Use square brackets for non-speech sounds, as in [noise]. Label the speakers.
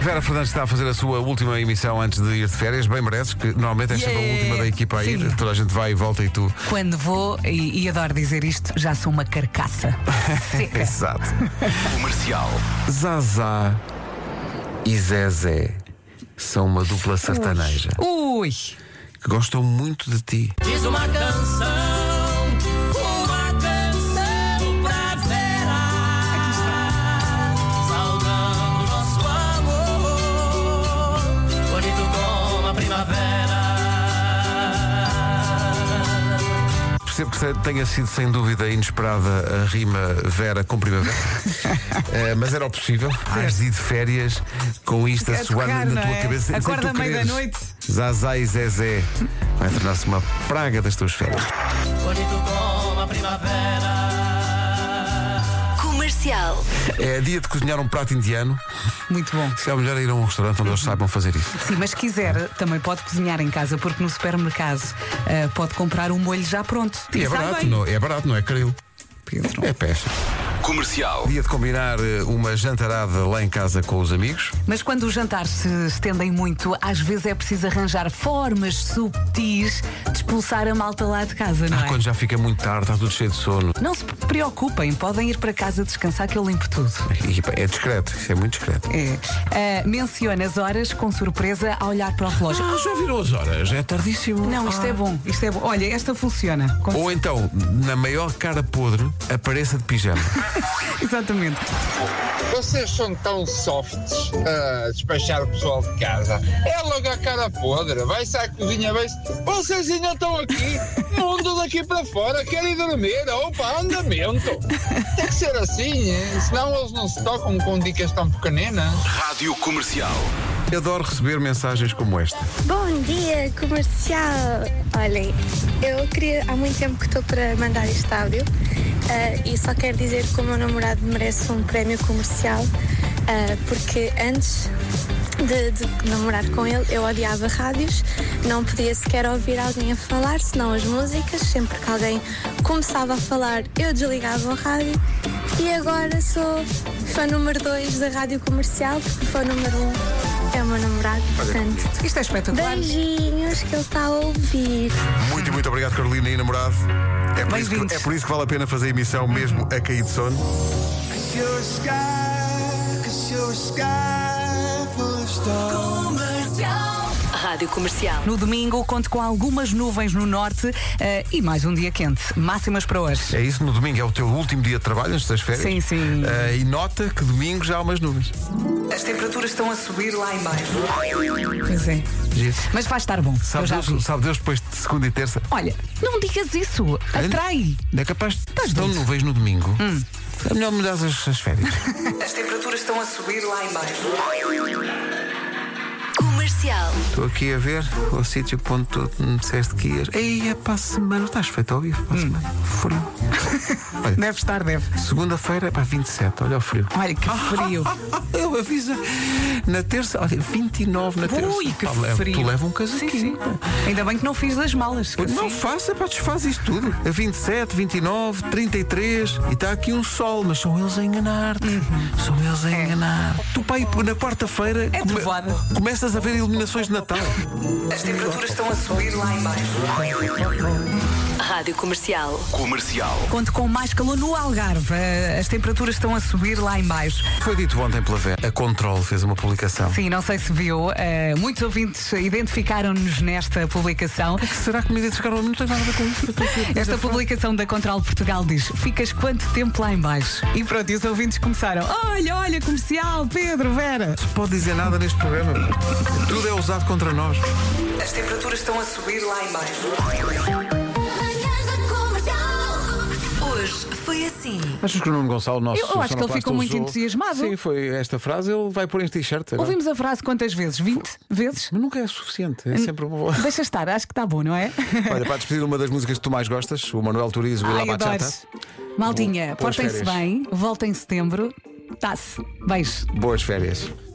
Speaker 1: Vera Fernandes está a fazer a sua última emissão antes de ir de férias, bem mereces, que normalmente é sempre a
Speaker 2: Yeah.
Speaker 1: última da equipa a ir,
Speaker 2: Sim.
Speaker 1: toda a gente vai e volta e tu.
Speaker 2: Quando vou, e, e adoro dizer isto, já sou uma carcaça.
Speaker 1: [laughs]
Speaker 2: Seca.
Speaker 1: Exato.
Speaker 3: Comercial.
Speaker 1: Zazá e Zezé são uma dupla sertaneja
Speaker 2: Ui!
Speaker 1: que gostam muito de ti.
Speaker 4: Fiz uma canção, uma canção pra Vera. Saudando nosso amor, bonito como a primavera.
Speaker 1: Percebo que se- tenha sido sem dúvida inesperada a rima Vera com
Speaker 2: [laughs]
Speaker 1: primavera, Eh, mas era o possível. Has de ir de férias com isto a
Speaker 2: A
Speaker 1: soar
Speaker 2: tocar,
Speaker 1: na
Speaker 2: não
Speaker 1: tua
Speaker 2: é?
Speaker 1: cabeça. sem
Speaker 2: Acorda
Speaker 1: tu
Speaker 2: à meia da
Speaker 1: quereres.
Speaker 2: noite.
Speaker 1: Zazá e Zezé vai tornar-se uma praga das tuas férias.
Speaker 4: Bonito como a primavera.
Speaker 5: Comercial.
Speaker 1: É dia de cozinhar um prato indiano.
Speaker 2: Muito bom.
Speaker 1: Se calhar é melhor ir a um restaurante onde eles saibam fazer isso.
Speaker 2: Sim, mas se quiser, também pode cozinhar em casa, porque no supermercado ah, pode comprar um molho já pronto.
Speaker 1: E é
Speaker 2: sai
Speaker 1: barato,
Speaker 2: bem.
Speaker 1: não, é barato, não é caril.
Speaker 2: Pedro.
Speaker 1: É peça.
Speaker 3: Comercial.
Speaker 1: Dia de combinar eh, uma jantarada lá em casa com os amigos.
Speaker 2: Mas quando os jantares se estendem muito, às vezes é preciso arranjar formas subtis de expulsar a malta lá de casa, não
Speaker 1: Ah,
Speaker 2: é?
Speaker 1: quando já fica muito tarde, está tudo cheio de sono.
Speaker 2: Não se preocupem, podem ir para casa descansar que eu limpo tudo.
Speaker 1: E, pá, é discreto, isso é muito discreto.
Speaker 2: É. Ah, menciona as horas com surpresa a olhar para o relógio.
Speaker 1: Ah, já viram as horas? É tardíssimo.
Speaker 2: Não, isto é bom, isto é bom. Olha, esta funciona. Com-
Speaker 1: Ou então, na maior cara podre, apareça de pijama. Oh.
Speaker 2: Exatamente.
Speaker 6: Vocês são tão softs a despachar o pessoal de casa. É logo a cara podre, vai-se à cozinha, vai-se. Vocês ainda estão aqui, mundo daqui para fora, querem dormir, opa, andamento. Tem que ser assim, hein? senão eles não se tocam com dicas tão pequeninas.
Speaker 3: Rádio Comercial.
Speaker 1: Eu Adoro receber mensagens como esta.
Speaker 7: Bom dia, comercial! Olhem, eu queria. Há muito tempo que estou para mandar este áudio ah, e só quero dizer que o meu namorado merece um prémio comercial ah, porque antes de, de namorar com ele eu odiava rádios, não podia sequer ouvir alguém a falar, senão as músicas. Sempre que alguém começava a falar eu desligava o rádio e agora sou fã número 2 da rádio comercial porque o fã número 1 um é o meu namorado, portanto.
Speaker 2: Isto é espetacular.
Speaker 7: Beijinhos que ele está a ouvir.
Speaker 1: Muito, muito obrigado, Carolina e namorado. É por, isso que,
Speaker 2: Bem-vindos.
Speaker 1: é por isso que vale a pena fazer a emissão mesmo a cair de sono.
Speaker 5: Rádio Comercial.
Speaker 2: No domingo, conto com algumas nuvens no norte eh, e mais um dia quente. Máximas para hoje.
Speaker 1: É isso, no domingo é o teu último dia de trabalho antes das férias.
Speaker 2: Sim, sim.
Speaker 1: Ah, e nota que domingo já há umas nuvens.
Speaker 2: As temperaturas estão a subir lá embaixo. Pois é.
Speaker 1: Giro.
Speaker 2: Mas vai estar bom. eu
Speaker 1: Sabe
Speaker 2: já vi.
Speaker 1: Deus, sabe Deus depois de segunda e terça?
Speaker 2: Olha, não digas isso. Atrai.
Speaker 1: Não é capaz de. Estão nuvens no domingo.
Speaker 2: Hum.
Speaker 1: É melhor mudar as, as
Speaker 2: [laughs]
Speaker 1: férias.
Speaker 2: As temperaturas estão a subir lá embaixo.
Speaker 5: Comercial.
Speaker 1: Estou aqui a ver o sítio onde tu me disseste que ias. Ei, é para a semana. Estás feito ao vivo. Para
Speaker 2: Hum.
Speaker 1: a semana. Frio. Olha,
Speaker 2: Deve estar, deve.
Speaker 1: segunda-feira é para 27. Olha o frio.
Speaker 2: Olha que frio.
Speaker 1: ah, Eu aviso. Na terça, olha, 29 na terça.
Speaker 2: Ui, que
Speaker 1: Ah, leva-
Speaker 2: frio.
Speaker 1: Tu leva um
Speaker 2: Sim,
Speaker 1: casaquinho.
Speaker 2: sim. Ainda bem que não fiz das malas. que
Speaker 1: Pois Não
Speaker 2: assim-
Speaker 1: faça, pá, desfaz isso tudo. A 27, 29, 33 e está aqui um sol, mas são eles a enganar-te. São eles a enganar. Tu, pai, na quarta-feira
Speaker 2: Uhum. É trovoada.
Speaker 1: começas a ver iluminações de Natal.
Speaker 2: As temperaturas estão a subir lá embaixo.
Speaker 5: Rádio Comercial.
Speaker 3: Comercial.
Speaker 2: Conto com mais calor no Algarve. Eh, As temperaturas estão a subir lá embaixo.
Speaker 1: Foi dito ontem pela Vera. A Control fez uma publicação.
Speaker 2: Sim, não sei se viu. eh, muitos ouvintes identificaram-nos nesta publicação.
Speaker 1: Será que me identificaram? Não tem nada a ver com isso. Eu estou aqui a pensar.
Speaker 2: Esta publicação da Control Portugal diz: Ficas quanto tempo lá em baixo? E pronto, e os ouvintes começaram: Olha, olha, comercial, Pedro, Vera.
Speaker 1: Não se pode dizer nada neste programa. Tudo é usado contra nós.
Speaker 2: As temperaturas estão a subir lá em baixo.
Speaker 5: Hoje foi assim.
Speaker 1: Achas que o Nuno Gonçalo, nosso
Speaker 2: Eu- eu acho que ele
Speaker 1: sonoplasta,
Speaker 2: ficou muito
Speaker 1: usou-
Speaker 2: entusiasmado.
Speaker 1: Sim, foi esta frase. Ele vai pôr em t-shirt agora.
Speaker 2: Ouvimos a frase quantas vezes? 20 vezes?
Speaker 1: Mas nunca é suficiente. É sempre uma boa.
Speaker 2: Deixa estar, acho que está bom, não é?
Speaker 1: Olha, para despedir uma das músicas que tu mais gostas, o Manuel Turizo e La
Speaker 2: Ai, adoro.
Speaker 1: Bachata.
Speaker 2: Maldinha,
Speaker 1: Boas
Speaker 2: portem-se
Speaker 1: férias.
Speaker 2: bem, volta em setembro. Tá-se. Beijo.
Speaker 1: Boas férias.